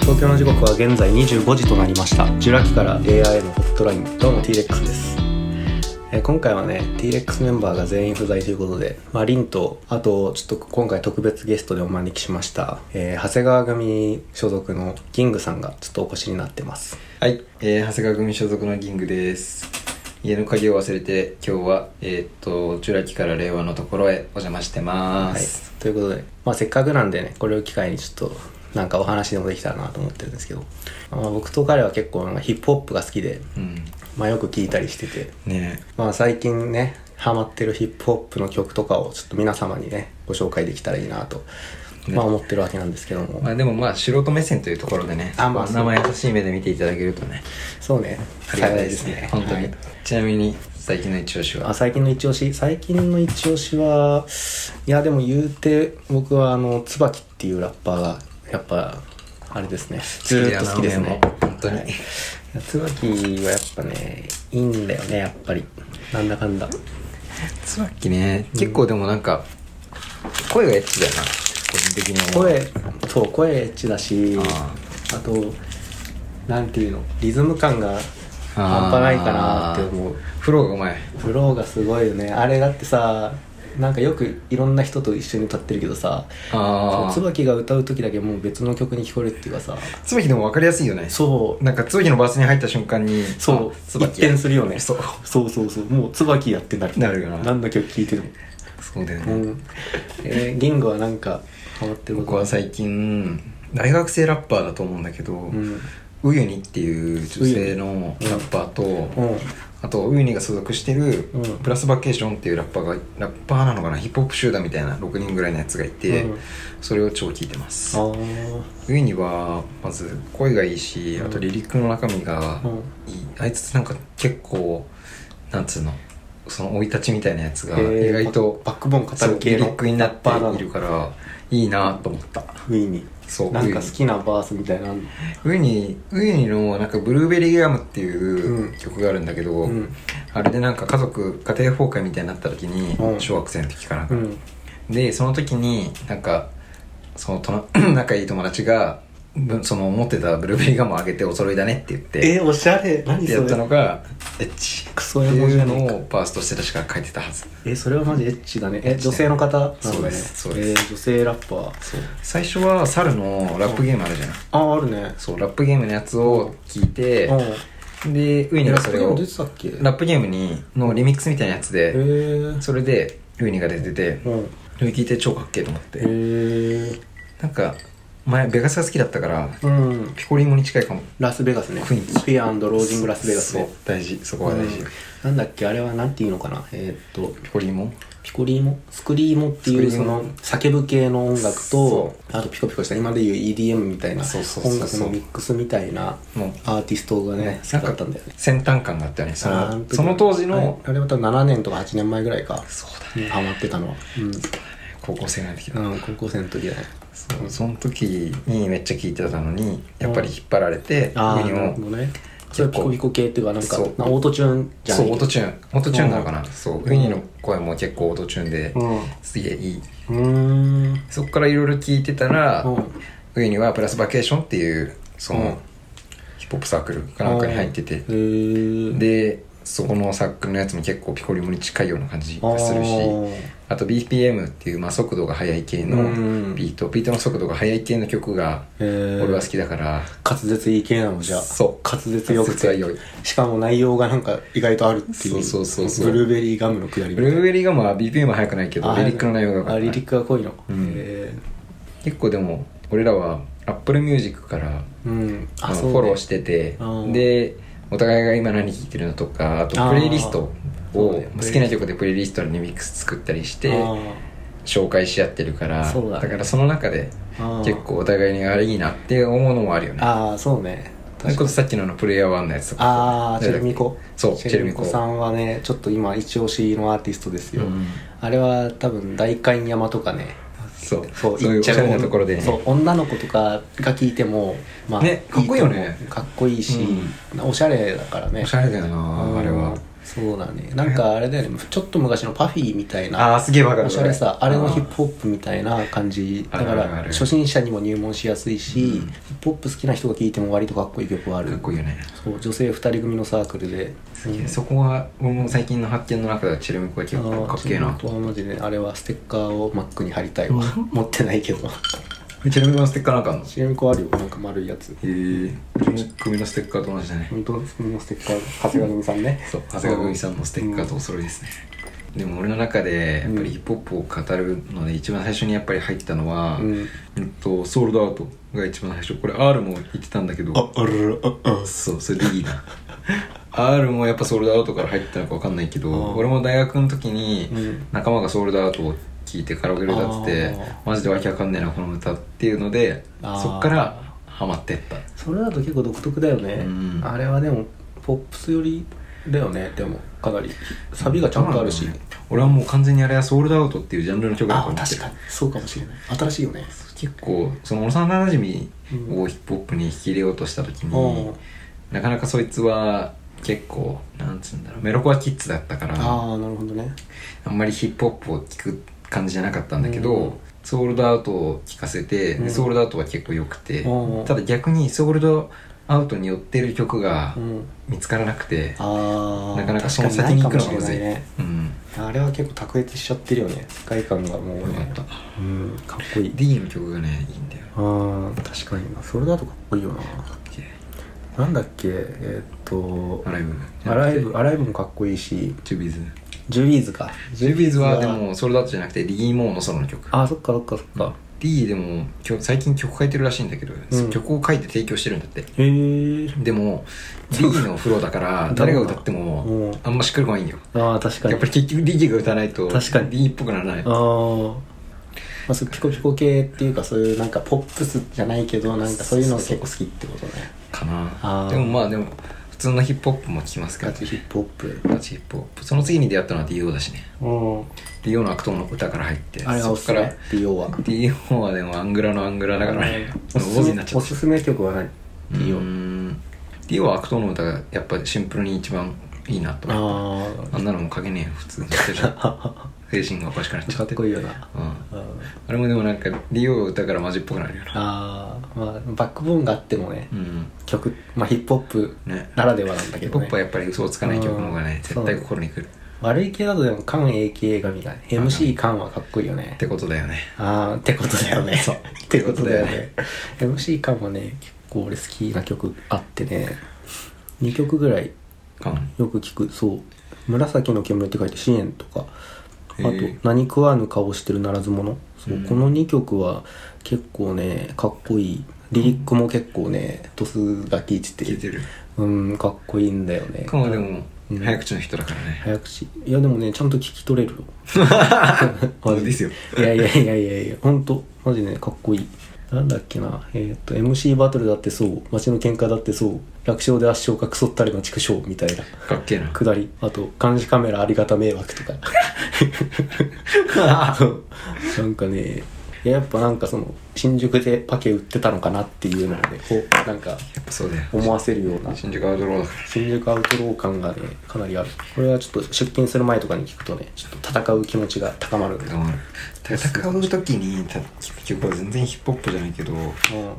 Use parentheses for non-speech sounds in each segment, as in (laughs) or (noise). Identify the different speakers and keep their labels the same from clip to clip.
Speaker 1: 東京の時刻は現在25時となりましたジュラ紀から AI のホットラインどうも T-REX です、えー今回はね T-REX メンバーが全員不在ということで、まあ、リンとあとちょっと今回特別ゲストでお招きしました、えー長谷川組所属のキングさんがちょっとお越しになってます
Speaker 2: はい、えー長谷川組所属のギングです家の鍵を忘れて今日はえーっとジュラ紀から令和のところへお邪魔してま
Speaker 1: はい
Speaker 2: す、、
Speaker 1: ということで、まあ、せっかくなんでねこれを機会にちょっとなんかお話でもできたらなと思ってるんですけど、まあ、僕と彼は結構なんかヒップホップが好きで、
Speaker 2: うん
Speaker 1: まあ、よく聞いたりしてて
Speaker 2: ね
Speaker 1: まあ最近ねハマってるヒップホップの曲とかをちょっと皆様にねご紹介できたらいいなと、
Speaker 2: ね
Speaker 1: まあ思ってるわけなんですけども、
Speaker 2: えまあでもまあ素人目線というところでね
Speaker 1: あまあ
Speaker 2: そこは生優しい目で見ていただけるとね
Speaker 1: そうね
Speaker 2: ありがた
Speaker 1: 幸
Speaker 2: い
Speaker 1: い
Speaker 2: ですね本当に、
Speaker 1: はい
Speaker 2: ちなみに最近の一押し
Speaker 1: あ
Speaker 2: は
Speaker 1: 最近の一押し最近の一押しはいやでも言うて僕はあの椿っていうラッパーがやっぱあれですねずーっと好きですね
Speaker 2: 好きだよな俺も本当に
Speaker 1: はいいや椿はやっぱねいいんだよねやっぱりなんだかんだ
Speaker 2: 椿ね結構でもなんか声がエッチだよな個人的に思う
Speaker 1: 声そう声エッチだし
Speaker 2: あ
Speaker 1: あとなんていうのリズム感が半端ないかなって思う
Speaker 2: フローがうまい
Speaker 1: フローがすごいよねあれだってさなんかよくいろんな人と一緒に歌ってるけどさ
Speaker 2: あ
Speaker 1: そう椿が歌う時だけもう別の曲に聞こえるっていうかさ
Speaker 2: 椿でも分かりやすいよね
Speaker 1: そう
Speaker 2: なんか椿のバスに入った瞬間に
Speaker 1: そう
Speaker 2: あ
Speaker 1: 一
Speaker 2: 椿や
Speaker 1: 転するよね
Speaker 2: そう
Speaker 1: そうそうそうもう椿やってなる
Speaker 2: なるよな
Speaker 1: 何の曲聴いてる
Speaker 2: そうだよ
Speaker 1: のう
Speaker 2: ね、
Speaker 1: んえー、言語はなんかハマってる
Speaker 2: 僕は最近大学生ラッパーだと思うんだけど、
Speaker 1: うん
Speaker 2: ウユニっていう女性のラッパーと、
Speaker 1: うん
Speaker 2: あとウユニが所属してる
Speaker 1: うん
Speaker 2: プラスバケーションっていうラッパーがラッパーなのかなヒップホップ集団みたいな6人ぐらいのやつがいて、
Speaker 1: うん
Speaker 2: それを超聞いてます
Speaker 1: あー
Speaker 2: ウユニはまず声がいいしあとリリックの中身がいい、あいつなんか結構なんつうのその生い立ちみたいなやつが
Speaker 1: えー
Speaker 2: 意外と
Speaker 1: バックボーン
Speaker 2: そ
Speaker 1: 語
Speaker 2: う
Speaker 1: る
Speaker 2: リ
Speaker 1: 系
Speaker 2: リ
Speaker 1: の
Speaker 2: ックになっ
Speaker 1: ラッパー
Speaker 2: てい
Speaker 1: な
Speaker 2: る
Speaker 1: の
Speaker 2: からいいなと思った
Speaker 1: ウィに
Speaker 2: そう
Speaker 1: なんか好きなバースみたいなの
Speaker 2: ウユニウユニのなんかブルーベリーガムって
Speaker 1: う
Speaker 2: い
Speaker 1: ん
Speaker 2: う曲があるんだけど、
Speaker 1: うん
Speaker 2: あれでなんか家族家庭崩壊みたいになった時に、
Speaker 1: うん
Speaker 2: 小学生の時かな、
Speaker 1: うん
Speaker 2: でその時になんかそのと (clears throat) な仲いい友達がぶその持ってたブルーベリーガムをあげてお揃いだねって言って
Speaker 1: えおしゃれ何
Speaker 2: って
Speaker 1: そ
Speaker 2: やった
Speaker 1: れ
Speaker 2: のがエッチ
Speaker 1: クソ
Speaker 2: っ
Speaker 1: エ
Speaker 2: て
Speaker 1: モじ
Speaker 2: い
Speaker 1: ゃ
Speaker 2: う
Speaker 1: ねえ
Speaker 2: の
Speaker 1: か
Speaker 2: をバーストして確か書いてたはず
Speaker 1: えそれはマジエッチだねえ女性の方なんだね
Speaker 2: そうですそうです
Speaker 1: えー女性ラッパー
Speaker 2: 最初は猿のラップゲームあるじゃない、
Speaker 1: ああるね
Speaker 2: そうラップゲームのやつを聞いて、でウイニ
Speaker 1: ラ
Speaker 2: が
Speaker 1: ッ
Speaker 2: そ
Speaker 1: プ
Speaker 2: れ
Speaker 1: ゲー
Speaker 2: を
Speaker 1: ム出てたっけ
Speaker 2: ラップゲームにのリミックスみたいなやつ
Speaker 1: へ
Speaker 2: で
Speaker 1: ー
Speaker 2: それでウイニが出てて
Speaker 1: うん
Speaker 2: それ聞いて超かっけえと思っ
Speaker 1: へ
Speaker 2: て
Speaker 1: ー
Speaker 2: なんか前ベガスが好きだったから
Speaker 1: うん
Speaker 2: ピコリンゴに近いかも
Speaker 1: ラスベガスね
Speaker 2: 雰囲気
Speaker 1: フィアロージングラスベガスね
Speaker 2: そう大事そこは大事
Speaker 1: うんなんだっけあれはなんていうのかなえーっと
Speaker 2: ピコリンゴ
Speaker 1: ピコリーモスクリーモっていう
Speaker 2: ス
Speaker 1: そ
Speaker 2: クリーモ
Speaker 1: の叫ぶ系の音楽と
Speaker 2: そ
Speaker 1: あとピコピコした今でいう EDM みたいな
Speaker 2: そうそうそうそ
Speaker 1: 音
Speaker 2: う
Speaker 1: 楽のミックスみたいな
Speaker 2: もう
Speaker 1: アーティストがね
Speaker 2: ね
Speaker 1: 好きだったんだよね
Speaker 2: 先端感があったよねそ
Speaker 1: あーあ
Speaker 2: の
Speaker 1: 時
Speaker 2: その当時の
Speaker 1: あれあれまた7年とか8年前ぐらいか
Speaker 2: そうだ
Speaker 1: うんハマってたのは
Speaker 2: 高校生ぐらいの時だ
Speaker 1: うん、うん、高校生の時だね
Speaker 2: そうその時にめっちゃ聞いてたのにやっぱり引っ張られて
Speaker 1: あ
Speaker 2: ウ
Speaker 1: あ
Speaker 2: イニ
Speaker 1: なるほ
Speaker 2: も
Speaker 1: どねそれピコピコ系っていうかなんか
Speaker 2: そう
Speaker 1: なオートチューンじゃん
Speaker 2: そうオートチューンオートチューンなのかなそう
Speaker 1: うん
Speaker 2: ウイニの声も結構オートチューンですげえいい
Speaker 1: うんうーん
Speaker 2: そこからいろいろ聞いてたら
Speaker 1: うん
Speaker 2: 上にはプラスバケーションっていうそ
Speaker 1: うん
Speaker 2: のヒップホップサークルかなんかに入ってて
Speaker 1: へー
Speaker 2: でそこのサークルのやつも結構ピコリモに近いような感じがするし
Speaker 1: あー
Speaker 2: あと BPM っていう、まあ、速度が速い系
Speaker 1: うん
Speaker 2: のビートビートの速度が速い系の曲が
Speaker 1: へー
Speaker 2: 俺は好きだから
Speaker 1: 滑舌いい系なのじゃあ
Speaker 2: そう
Speaker 1: 滑舌よく
Speaker 2: 滑舌は
Speaker 1: て
Speaker 2: 良い
Speaker 1: しかも内容がなんか意外とあるっていう
Speaker 2: そうそうそうそう
Speaker 1: ブルーベリーガムのくだり
Speaker 2: ブルーベリーがまあ BPM は速くないけど
Speaker 1: あ
Speaker 2: リリックの内容が良か
Speaker 1: あ
Speaker 2: った
Speaker 1: リリックが濃いの、
Speaker 2: うん
Speaker 1: へ
Speaker 2: 結構でも俺らは Apple Music から
Speaker 1: ーうん
Speaker 2: あの
Speaker 1: ね
Speaker 2: フォローしてて
Speaker 1: うん
Speaker 2: でお互いが今何聴いてるのとかあ
Speaker 1: あー
Speaker 2: とプレイリスト
Speaker 1: そう
Speaker 2: を
Speaker 1: だよ
Speaker 2: 好きな曲でプレイリストのリミックス作ったりして
Speaker 1: あ
Speaker 2: 紹介し合ってるから
Speaker 1: そうだね
Speaker 2: からその中で
Speaker 1: ー
Speaker 2: 結構お互いにあれいいなって思うのもあるよね
Speaker 1: あーそうね
Speaker 2: それこそさっきのあのプレイヤー1のやつとか
Speaker 1: ああチェルミコ
Speaker 2: そう
Speaker 1: チ
Speaker 2: チ
Speaker 1: ェ
Speaker 2: ェ
Speaker 1: ル
Speaker 2: ル
Speaker 1: ミ
Speaker 2: ミ
Speaker 1: コ
Speaker 2: コ
Speaker 1: さんはねちょっと今一押しのアーティストですよ、
Speaker 2: うん
Speaker 1: あれは多分代官山とかね
Speaker 2: そう
Speaker 1: そ
Speaker 2: そうういうおしゃれなところで
Speaker 1: そう女の子とかが聞いてもまあ
Speaker 2: ねかっこいいよね
Speaker 1: と思うかっこいいし、おしゃれだからね
Speaker 2: おしゃれだよな
Speaker 1: うん
Speaker 2: あれは
Speaker 1: そうだねなんかあれだよねちょっと昔のパフィーみたい
Speaker 2: あ
Speaker 1: な
Speaker 2: あすげえわかる
Speaker 1: おしゃれさあれのヒップ
Speaker 2: プ
Speaker 1: ホップみたいな感じ
Speaker 2: あ
Speaker 1: だ
Speaker 2: る
Speaker 1: か
Speaker 2: あるあ
Speaker 1: ら
Speaker 2: る
Speaker 1: 初心者にも入門しやすいし、
Speaker 2: う
Speaker 1: ヒ
Speaker 2: ん
Speaker 1: ップホップ好きな人が聴いても割とかっこいい曲はある
Speaker 2: かっこいいよね
Speaker 1: そう女性2人組のサークルで、
Speaker 2: すげえそこは俺も最近の発見の中でチェルミコが結構かっけえ
Speaker 1: あ
Speaker 2: な
Speaker 1: ーちょっとマジであれはステッカーをマックに貼りたいわ持ってないけど
Speaker 2: チェルミコのステッカーなんかあんのへ
Speaker 1: ちなみにこうあるよなんか丸いやつ
Speaker 2: え組組のステッカーと同じだね
Speaker 1: 本当みんなステッカー長谷川組さんね
Speaker 2: そう長谷川組さんのステッカーとお揃いですね、でも俺の中でやっぱりヒップホップを語るので一番最初にやっぱり入ったのは、
Speaker 1: うん
Speaker 2: うんと、ソールドアウトが一番最初これ R も言ってたんだけど
Speaker 1: あるああ
Speaker 2: そうそれでいいな R もやっぱソールドアウトから入ったのか分かんないけど、
Speaker 1: うん
Speaker 2: 俺も大学の時に
Speaker 1: うん
Speaker 2: 仲間がソールドアウトを聞いてカラオケで歌ってて
Speaker 1: あ
Speaker 2: マジでわけわかんねえなこの歌っていうので
Speaker 1: あー
Speaker 2: そっからハマってった
Speaker 1: それだと結構独特だよね、
Speaker 2: うん
Speaker 1: あれはでもポップス寄りだよねでもかなりサビがちゃんとあるし、
Speaker 2: どうなんだろうね俺はもう完全にあれはソールドアウトっていうジャンルの曲だと
Speaker 1: あ
Speaker 2: 思って
Speaker 1: 確かにそうかもしれない新しいよね
Speaker 2: 結構その幼馴染をヒップホップに引き入れようとした時に、
Speaker 1: うん
Speaker 2: なかなかそいつは結構なんつうんだろうメロコアキッズだったからあ
Speaker 1: ああなるほどね
Speaker 2: んまりヒップホップを聴く感じじゃなかったんだけど、
Speaker 1: うん
Speaker 2: ソールドアウトを聴かせて、
Speaker 1: うん
Speaker 2: でソールドアウトは結構良くて、
Speaker 1: うん
Speaker 2: ただ逆にソールドアウトに寄ってる曲が
Speaker 1: うん
Speaker 2: 見つからなくて、
Speaker 1: ああ
Speaker 2: なかなかその先に行くのがむずい
Speaker 1: ね
Speaker 2: うん、
Speaker 1: あれは結構卓越しちゃってるよね世界観がもう
Speaker 2: よかった
Speaker 1: うんかっこいい
Speaker 2: D の曲がねいいんだよ
Speaker 1: ああ確かになそれだとかっこいいよななんだっけえーっと
Speaker 2: アライブ
Speaker 1: アライブアライブもかっこいいし
Speaker 2: チュービーズ
Speaker 1: ジュビーズか
Speaker 2: チュービーズはでもソールドアウトじゃなくてリギー・モーのソロの曲
Speaker 1: ああそっかそっかそっか
Speaker 2: D でも曲最近曲書いてるらしいんだけど、
Speaker 1: うん
Speaker 2: 曲を書いて提供してるんだって
Speaker 1: へえ
Speaker 2: でも D のフローだから
Speaker 1: (laughs)
Speaker 2: 誰が歌って
Speaker 1: う
Speaker 2: も
Speaker 1: ん
Speaker 2: あんましっくりこないんよ
Speaker 1: ああ確かに
Speaker 2: やっぱり結局 D が歌わないと
Speaker 1: 確かに
Speaker 2: D っぽくならな
Speaker 1: あ
Speaker 2: い
Speaker 1: ー、まあそうピコピコ系っていうかそういうなんかポップスじゃないけどなんかそういうの結構好きってことね
Speaker 2: かな
Speaker 1: あー
Speaker 2: でもまあでも普通のヒップホップも聴きますけど
Speaker 1: ガチヒップホップ
Speaker 2: ガチヒップホップその次に出会ったのは DO だしね
Speaker 1: うん
Speaker 2: DO の悪党の歌から入って
Speaker 1: あれは
Speaker 2: そ
Speaker 1: お
Speaker 2: っ
Speaker 1: すす
Speaker 2: か
Speaker 1: め
Speaker 2: ら
Speaker 1: DO は
Speaker 2: DO はでもアングラのアングラだからね
Speaker 1: お
Speaker 2: 坊
Speaker 1: すす
Speaker 2: 主に
Speaker 1: め
Speaker 2: なっちゃ
Speaker 1: お
Speaker 2: った
Speaker 1: すすめ曲は何
Speaker 2: DO
Speaker 1: DO
Speaker 2: ん DO は悪党の歌がやっぱシンプルに一番いいなと思って
Speaker 1: あ (laughs)
Speaker 2: あんなのもう書けねえよ普通に
Speaker 1: あ
Speaker 2: 精神がおかしくなっちゃ
Speaker 1: か
Speaker 2: っ
Speaker 1: ってこいいよな
Speaker 2: うん、
Speaker 1: うん
Speaker 2: あれもでもなんかリオだからマジっぽくなるよな
Speaker 1: ああまあバックボーンがあってもね
Speaker 2: うん
Speaker 1: 曲まあヒップホップ
Speaker 2: ね
Speaker 1: ならではなんだ
Speaker 2: ヒ
Speaker 1: け
Speaker 2: ップ
Speaker 1: ど
Speaker 2: ホップは
Speaker 1: ね
Speaker 2: やっぱり嘘をつかない曲の方がね
Speaker 1: うん
Speaker 2: 絶対心にくる
Speaker 1: 悪い系だとでもカン AK 神が MC カンはかっこいいよね
Speaker 2: ってことだよね
Speaker 1: ああってことだよ (laughs) ね
Speaker 2: そう
Speaker 1: ってことだよね MC カンはね結構俺好きな曲あってね2曲ぐらい
Speaker 2: カン
Speaker 1: よく聞くそう「紫の煙」って書いて「支援」とかあと
Speaker 2: へえ
Speaker 1: 「何食わぬ顔してるならず者」そう
Speaker 2: うん
Speaker 1: この2曲は結構ねかっこいいリリックも結構ねドスが効いて
Speaker 2: 聞い
Speaker 1: て
Speaker 2: てる
Speaker 1: うんかっこいいんだよね
Speaker 2: カンはでも
Speaker 1: うん
Speaker 2: 早口の人だからね
Speaker 1: 早口いやでもねちゃんと聞き取れ
Speaker 2: (laughs)
Speaker 1: るよ
Speaker 2: 本当ですよ
Speaker 1: いやいやいやいやいやほんとマジねかっこいいなんだっけなえーっ、と MC バトルだってそう街の喧嘩だってそう楽勝で圧勝かクソったれの畜生みたいな
Speaker 2: かっけえな
Speaker 1: 下りあと監視カメラありがた迷惑と
Speaker 2: (laughs)
Speaker 1: かなんかねいややっぱなんかその新宿でパケ売ってたのかなっていうのをねこうなんか
Speaker 2: やっぱそうだよ
Speaker 1: 思わせるような
Speaker 2: 新宿アウトローだから
Speaker 1: 新宿アウトロー感がねかなりあるこれはちょっと出勤する前とかに聞くとねちょっと戦う気持ちが高まる
Speaker 2: 高まる戦う時にた聞く曲は全然ヒップホップじゃないけど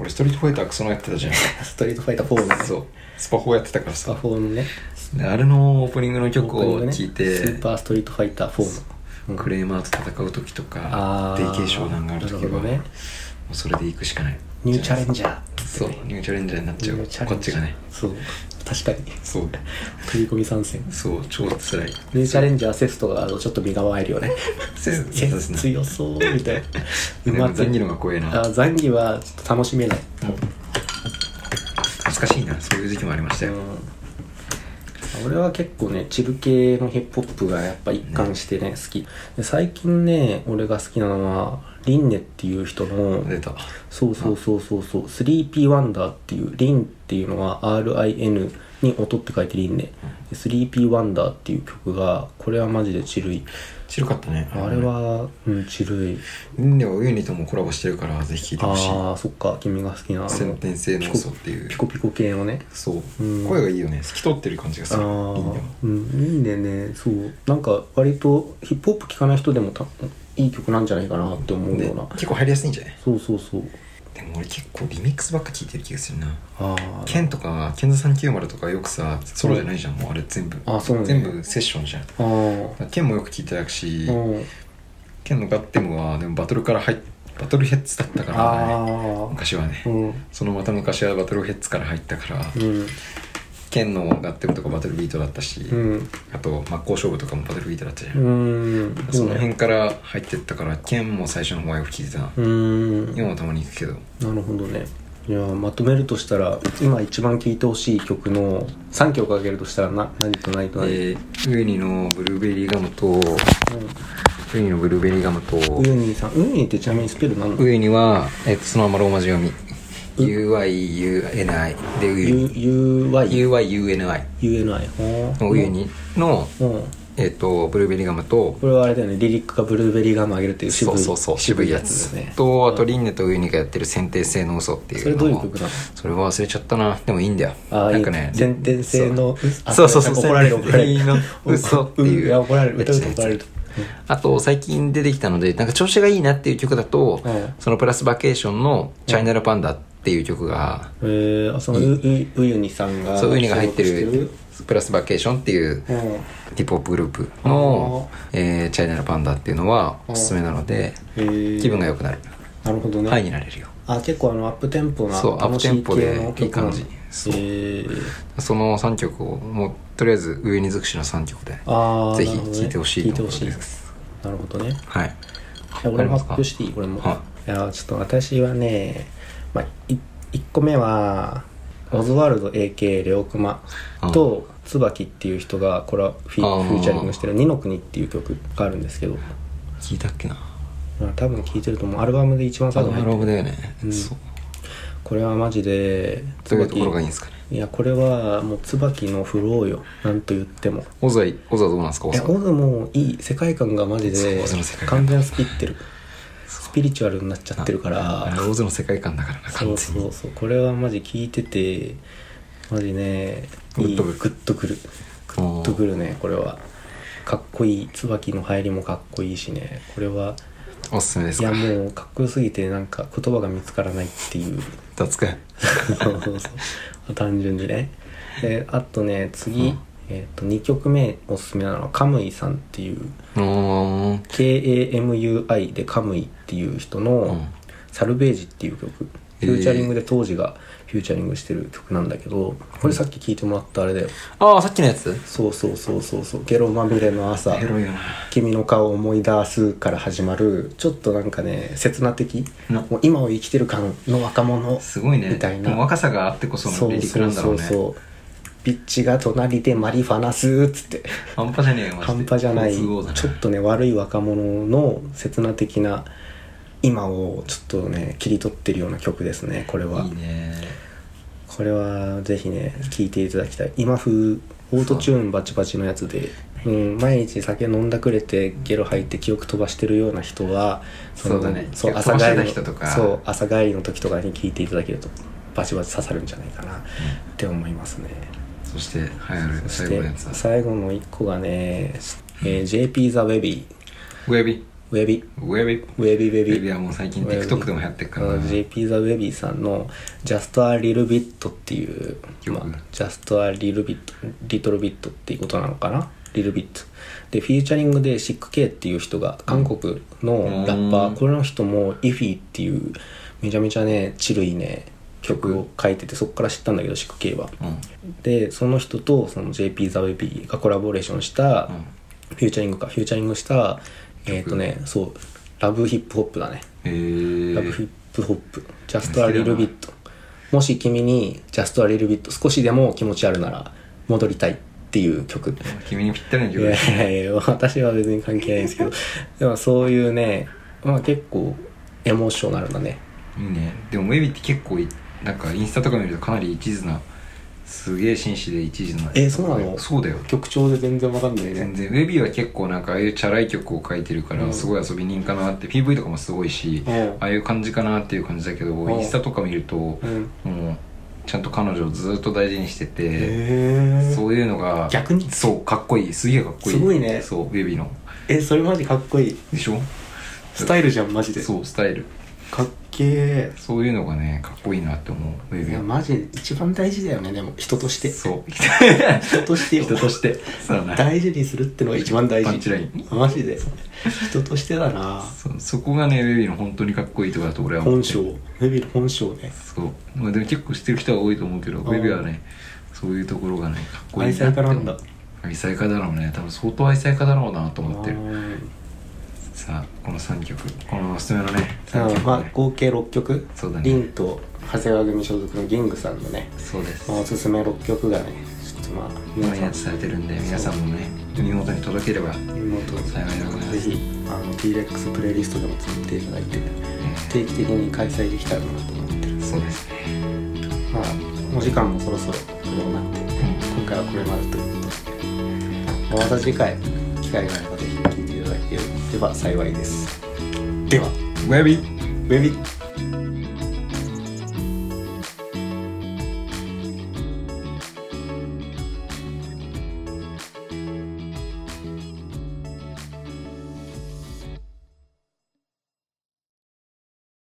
Speaker 2: 俺ストリートファイタークソのやってたじ
Speaker 1: (laughs)
Speaker 2: ゃん
Speaker 1: ストリートファイター4の
Speaker 2: そうスパ4やってたから
Speaker 1: スパ
Speaker 2: さ
Speaker 1: 4のね
Speaker 2: であれのオープニングの曲
Speaker 1: オープニン
Speaker 2: を
Speaker 1: グね
Speaker 2: 聴いて
Speaker 1: スーパーストリートファイター4のうん
Speaker 2: クレーマーと戦う時とか
Speaker 1: あー
Speaker 2: 定型商談がある時
Speaker 1: なる
Speaker 2: は
Speaker 1: ほどね
Speaker 2: もうそれで行くしかない
Speaker 1: ニューチャレンジャー
Speaker 2: そうニューチャレンジャーになっちゃう
Speaker 1: ニューチャレンジャー
Speaker 2: こっちがね
Speaker 1: そう確かに
Speaker 2: そう
Speaker 1: 食い込み参戦
Speaker 2: そう超辛い
Speaker 1: ニューチャレンジャーセストがあるとちょっと身構えるよね
Speaker 2: せ
Speaker 1: セ
Speaker 2: そうです
Speaker 1: ス
Speaker 2: ね
Speaker 1: 強そうみたいな
Speaker 2: で
Speaker 1: うま
Speaker 2: も
Speaker 1: く
Speaker 2: ザンギのが怖えな
Speaker 1: あザンギはちょっと楽しめない
Speaker 2: 懐かしいなそういう時期もありましたよ
Speaker 1: うん俺は結構ねチル系のヒップホップがやっぱ一貫してね好きで最近ね俺が好きなのはリンネっていう人の
Speaker 2: 出た
Speaker 1: そうそうそうそうそう 3P ワンダーっていうリンっていうのは RIN に音って書いてリンネ 3P ワンダーっていう曲がこれはマジでチルい
Speaker 2: ちるかったね
Speaker 1: あれはうんチルい
Speaker 2: ではウユニともコラボしてるからぜひ聞いてほしい
Speaker 1: ああそっか君が好きなあの
Speaker 2: 先天性の素っていう
Speaker 1: ピコピコ系のね
Speaker 2: そう、
Speaker 1: うん
Speaker 2: 声がいいよね透き通ってる感じがするいい
Speaker 1: あ
Speaker 2: んだよ
Speaker 1: あうんいいんだよねそうなんか割とヒップホップ聴かない人でもたいい曲なんじゃないかなって思う
Speaker 2: で
Speaker 1: ような
Speaker 2: 結構入りやすいんじゃない
Speaker 1: そうそうそう
Speaker 2: でも俺結構リミックスばっか聞いてる気がするな
Speaker 1: ああ
Speaker 2: ケンとかケンザ390とかよくさソロじゃないじゃんもうあれ全部
Speaker 1: あそうなんだ
Speaker 2: 全部セッションじゃんだか
Speaker 1: ああ
Speaker 2: らケンもよく聞いてたし
Speaker 1: うん
Speaker 2: ケンのガッテムはでもバトルから入っバトルヘッズだったからね
Speaker 1: あ
Speaker 2: 昔はね
Speaker 1: あうん
Speaker 2: そのまた昔はバトルヘッズから入ったから
Speaker 1: うん
Speaker 2: ケンのガッテムとかバトルビートだったし、
Speaker 1: うん
Speaker 2: あと真っ向勝負とかもバトルビートだったじゃん、
Speaker 1: うん
Speaker 2: その辺から入ってったからケンも最初の方はよく聞いてたな、
Speaker 1: うん
Speaker 2: 今もたまに行くけど
Speaker 1: なるほどねいやまとめるとしたら今一番聴いてほしい曲の3曲あげるとしたらな何と何と何、
Speaker 2: えー、ウユニのブルーベリーガムとウユニのブルーベリーガムと
Speaker 1: うん、ウユニーさんウユニーってちなみにスペルなんだ
Speaker 2: ウユニは、えっとそのままローマ字読み UIUNI でウユニ
Speaker 1: UUYUNI
Speaker 2: UIUNI のウユニの、
Speaker 1: うん
Speaker 2: えっとブルーベリーガムと
Speaker 1: これはあれだよねリリックかブルーベリーガムあげるっていう渋
Speaker 2: そ
Speaker 1: いう
Speaker 2: そうそう渋いやつ
Speaker 1: だよね
Speaker 2: とあとリンネとウユニがやってる「先天性の嘘っていう
Speaker 1: それどういう
Speaker 2: のを
Speaker 1: 曲なの
Speaker 2: それは忘れちゃったなでもいいんだよ
Speaker 1: ああ
Speaker 2: なんかね
Speaker 1: 先天性のあ
Speaker 2: そうそうそう
Speaker 1: 怒られる怒られ
Speaker 2: 先天性の
Speaker 1: る
Speaker 2: 嘘っていう
Speaker 1: いや怒られる
Speaker 2: めっ
Speaker 1: 歌
Speaker 2: ちゃ
Speaker 1: うと
Speaker 2: ね
Speaker 1: 怒られると
Speaker 2: あと最近出てきたのでなんか調子がいいなっていう曲だと、
Speaker 1: うん
Speaker 2: そのプラスバケーションの「チャイナルパンダ」っていう曲が、
Speaker 1: えー、あそのウウウユニさんが
Speaker 2: そうウユニが入って
Speaker 1: 所属
Speaker 2: るプラスバケーションっていう
Speaker 1: してるうん
Speaker 2: ヒップホップグループの、えーチャイナルパンダっていうのはおすすめなので、
Speaker 1: えー
Speaker 2: 気分が良くなる、
Speaker 1: なるほどね、
Speaker 2: ハイになれるよ
Speaker 1: あ結構あのアップテンポな
Speaker 2: そう
Speaker 1: 楽し
Speaker 2: アッ
Speaker 1: い
Speaker 2: プテンポで
Speaker 1: 系の曲なんだ
Speaker 2: いい感じそう
Speaker 1: えー
Speaker 2: その3曲をもうとりあえず上に尽くしの3曲で
Speaker 1: あー
Speaker 2: ぜひ
Speaker 1: なるほどね
Speaker 2: 聴いてほし
Speaker 1: 聞
Speaker 2: い
Speaker 1: いて
Speaker 2: と
Speaker 1: ほ
Speaker 2: 思
Speaker 1: し
Speaker 2: い
Speaker 1: い
Speaker 2: ます
Speaker 1: なるほどね
Speaker 2: はい
Speaker 1: いや俺も
Speaker 2: わかります
Speaker 1: 発
Speaker 2: か
Speaker 1: 表していい俺も、、
Speaker 2: はい
Speaker 1: やちょっと私はね、まあ、い1個目はオズワルド AK レオクマと椿っていう人がこれはフィ
Speaker 2: あー
Speaker 1: フューチャリングしてる「二の国」っていう曲があるんですけど、
Speaker 2: 聞いたっけな
Speaker 1: まあ、多分聴いてると思うアルバムで一番
Speaker 2: ア
Speaker 1: 最後に
Speaker 2: ナ
Speaker 1: 入
Speaker 2: ロ
Speaker 1: って
Speaker 2: グ
Speaker 1: る
Speaker 2: だよね、
Speaker 1: うん
Speaker 2: そう
Speaker 1: これはマジで
Speaker 2: どういうところがいいんですかね
Speaker 1: いやこれはもう椿のフローよなんと言っても
Speaker 2: オザイオザどうなんですかオ
Speaker 1: い
Speaker 2: ザ
Speaker 1: やオズもいい世界観がマジで
Speaker 2: そうオズの世界観
Speaker 1: 完全スピってるスピリチュアルになっちゃってるから
Speaker 2: あれオズの世界観だからな
Speaker 1: そ
Speaker 2: 完
Speaker 1: う
Speaker 2: 全に
Speaker 1: そうそうこれはマジ聞いててマジねいいグ
Speaker 2: グッとくる
Speaker 1: ッとくるグッとくるねこれはかっこいい椿の入りもかっこいいしねこれは
Speaker 2: おすすめで
Speaker 1: い
Speaker 2: す
Speaker 1: や
Speaker 2: か
Speaker 1: もうかっこよすぎてなんか言葉が見つからないっていう
Speaker 2: 雑か
Speaker 1: そうそうそう単純にねであとね次、えっと2曲目おすすめなのはカムイさんっていう
Speaker 2: うーん
Speaker 1: KAMUI でカムイっていう人の
Speaker 2: ん
Speaker 1: 「サルベージ」っていう曲、
Speaker 2: えー
Speaker 1: フューチャリングで当時がフューチャリングしてる曲なんだけどこれさっき聞いてもらったあれだよ、
Speaker 2: ああさっきのやつ
Speaker 1: そうそうそうそうそうゲロまみれの朝
Speaker 2: エロいよな
Speaker 1: 君の顔を思い出すから始まるちょっとなんかね刹那的
Speaker 2: な
Speaker 1: もう今を生きてる感の若者
Speaker 2: すごいね
Speaker 1: みたいな
Speaker 2: でも若さがあってこそのリリックなんだろうね
Speaker 1: うビッチが隣でマリファナスーっつって
Speaker 2: 半端じゃねえよマジで
Speaker 1: 半端じゃないち
Speaker 2: 都合
Speaker 1: ょ
Speaker 2: だな
Speaker 1: っとね悪い若者の刹那的な今をちょっとね切り取ってるような曲ですねこれはい
Speaker 2: いね
Speaker 1: これはぜひね聴いていただきたい今風オートチューンバチバチのやつで、うん、毎日酒飲んだくれてゲロ吐いて記憶飛ばしてるような人はの
Speaker 2: そうだね
Speaker 1: そう
Speaker 2: 記憶
Speaker 1: 朝
Speaker 2: 飛ば
Speaker 1: 帰
Speaker 2: して
Speaker 1: り
Speaker 2: た
Speaker 1: の
Speaker 2: 人とか
Speaker 1: そう朝帰りの時とかに聴いていただけるとバチバチ刺さるんじゃないかなって思いますね、
Speaker 2: そして流行る
Speaker 1: そ
Speaker 2: 最
Speaker 1: し
Speaker 2: 後の
Speaker 1: て
Speaker 2: やつだ
Speaker 1: 最後の1個がね、えー JP the Baby
Speaker 2: ウェビ
Speaker 1: ウェビ
Speaker 2: ウェビウ
Speaker 1: ウェビウェビ
Speaker 2: ェビはもう最近 TikTok でも流行ってるからな
Speaker 1: あの JP ザ・ウェビーさんの「Just a Little Bit」っていう
Speaker 2: 曲
Speaker 1: まあ Just a Little Bit Little Bit っていうことなのかな Little Bit でフィーチャリングで 6K っていう人が韓国のラッパー、
Speaker 2: うん
Speaker 1: この人も IFY っていうめちゃめちゃねチルいね曲を書いててそこから知ったんだけど 6K は
Speaker 2: うん
Speaker 1: でその人とその JP ザ・ウェビーがコラボレーションした、
Speaker 2: うん
Speaker 1: フューチャリングかフューチャリングしたえっ、とねそうラブヒップホップだね
Speaker 2: え
Speaker 1: ラブヒ
Speaker 2: ー
Speaker 1: ップホップ、ジャストアリルビット。もし君にジャストアリルビット少しでも気持ちあるなら戻りたいっていう曲。
Speaker 2: 君にぴったりの
Speaker 1: い
Speaker 2: 曲
Speaker 1: や
Speaker 2: だ
Speaker 1: (laughs) いやいや、私は別に関係ないんですけど、でもそういうね、まあ結構エモーショナルなね
Speaker 2: いいねでもウェビって結構いなんかインスタとか見るとかなり一途なすげえ紳士で一途な
Speaker 1: えそうなの
Speaker 2: そうだよ
Speaker 1: 曲調で全然わかんない
Speaker 2: 全
Speaker 1: ね
Speaker 2: 然ウェビは結構なんかああいうチャラい曲を書いてるか
Speaker 1: う
Speaker 2: ら
Speaker 1: ん
Speaker 2: すごい遊び人かなって PV とかもすごいし
Speaker 1: うん
Speaker 2: ああいう感じかなっていう感じだけど
Speaker 1: ん
Speaker 2: インスタとか見るとも
Speaker 1: うん
Speaker 2: うちゃんと彼女をずっと大事にしてて
Speaker 1: へえ
Speaker 2: そういうのが
Speaker 1: 逆に
Speaker 2: そうかっこいいすげえかっこいい
Speaker 1: すごいね
Speaker 2: そうウェビの
Speaker 1: えそれマジかっこいい
Speaker 2: でしょ
Speaker 1: スタイルじゃんマジで
Speaker 2: そうスタイル
Speaker 1: かっけえ
Speaker 2: そういうのがねかっこいいなって思うウェ
Speaker 1: い
Speaker 2: ビ
Speaker 1: や
Speaker 2: は
Speaker 1: マジで一番大事だよねでも人として
Speaker 2: そう
Speaker 1: 人としてよ
Speaker 2: 人としてそうだな
Speaker 1: 大事にするってのが一番大事
Speaker 2: パンチライン
Speaker 1: マジで人としてだな
Speaker 2: そうそこがねウェビの本当にかっこいいところだと俺は思っ
Speaker 1: 本
Speaker 2: て
Speaker 1: 性
Speaker 2: る
Speaker 1: レビル本性ね
Speaker 2: そう、まあ、でも結構知ってる人は多いと思うけどウ
Speaker 1: ん
Speaker 2: ェビはねそういうところがねかっこいい
Speaker 1: 愛妻家なんだ
Speaker 2: 愛妻家だろうね多分相当愛妻家だろうなと思って
Speaker 1: う
Speaker 2: る
Speaker 1: ん
Speaker 2: さあこの3曲このおすすめのね3
Speaker 1: うん
Speaker 2: 曲、ね
Speaker 1: まあ合計6曲
Speaker 2: そうだね
Speaker 1: リンと長谷川組所属のギングさんのね
Speaker 2: そうです
Speaker 1: まあおすすめ6曲がねちょっとまあ皆
Speaker 2: 今や
Speaker 1: さん
Speaker 2: つされてるんで皆さんもね耳元に届ければ、ね
Speaker 1: 妹
Speaker 2: 幸いでございます
Speaker 1: ぜひあの T-REX プレイリストでも作っていただいて定期的に開催できたらなと思ってる
Speaker 2: そうですね、
Speaker 1: まあお時間もそろそろこれになって今回はこれまでということでまた次回機会があればぜひ聴いていただければ幸いですでは
Speaker 2: ウェビ
Speaker 1: ウェビ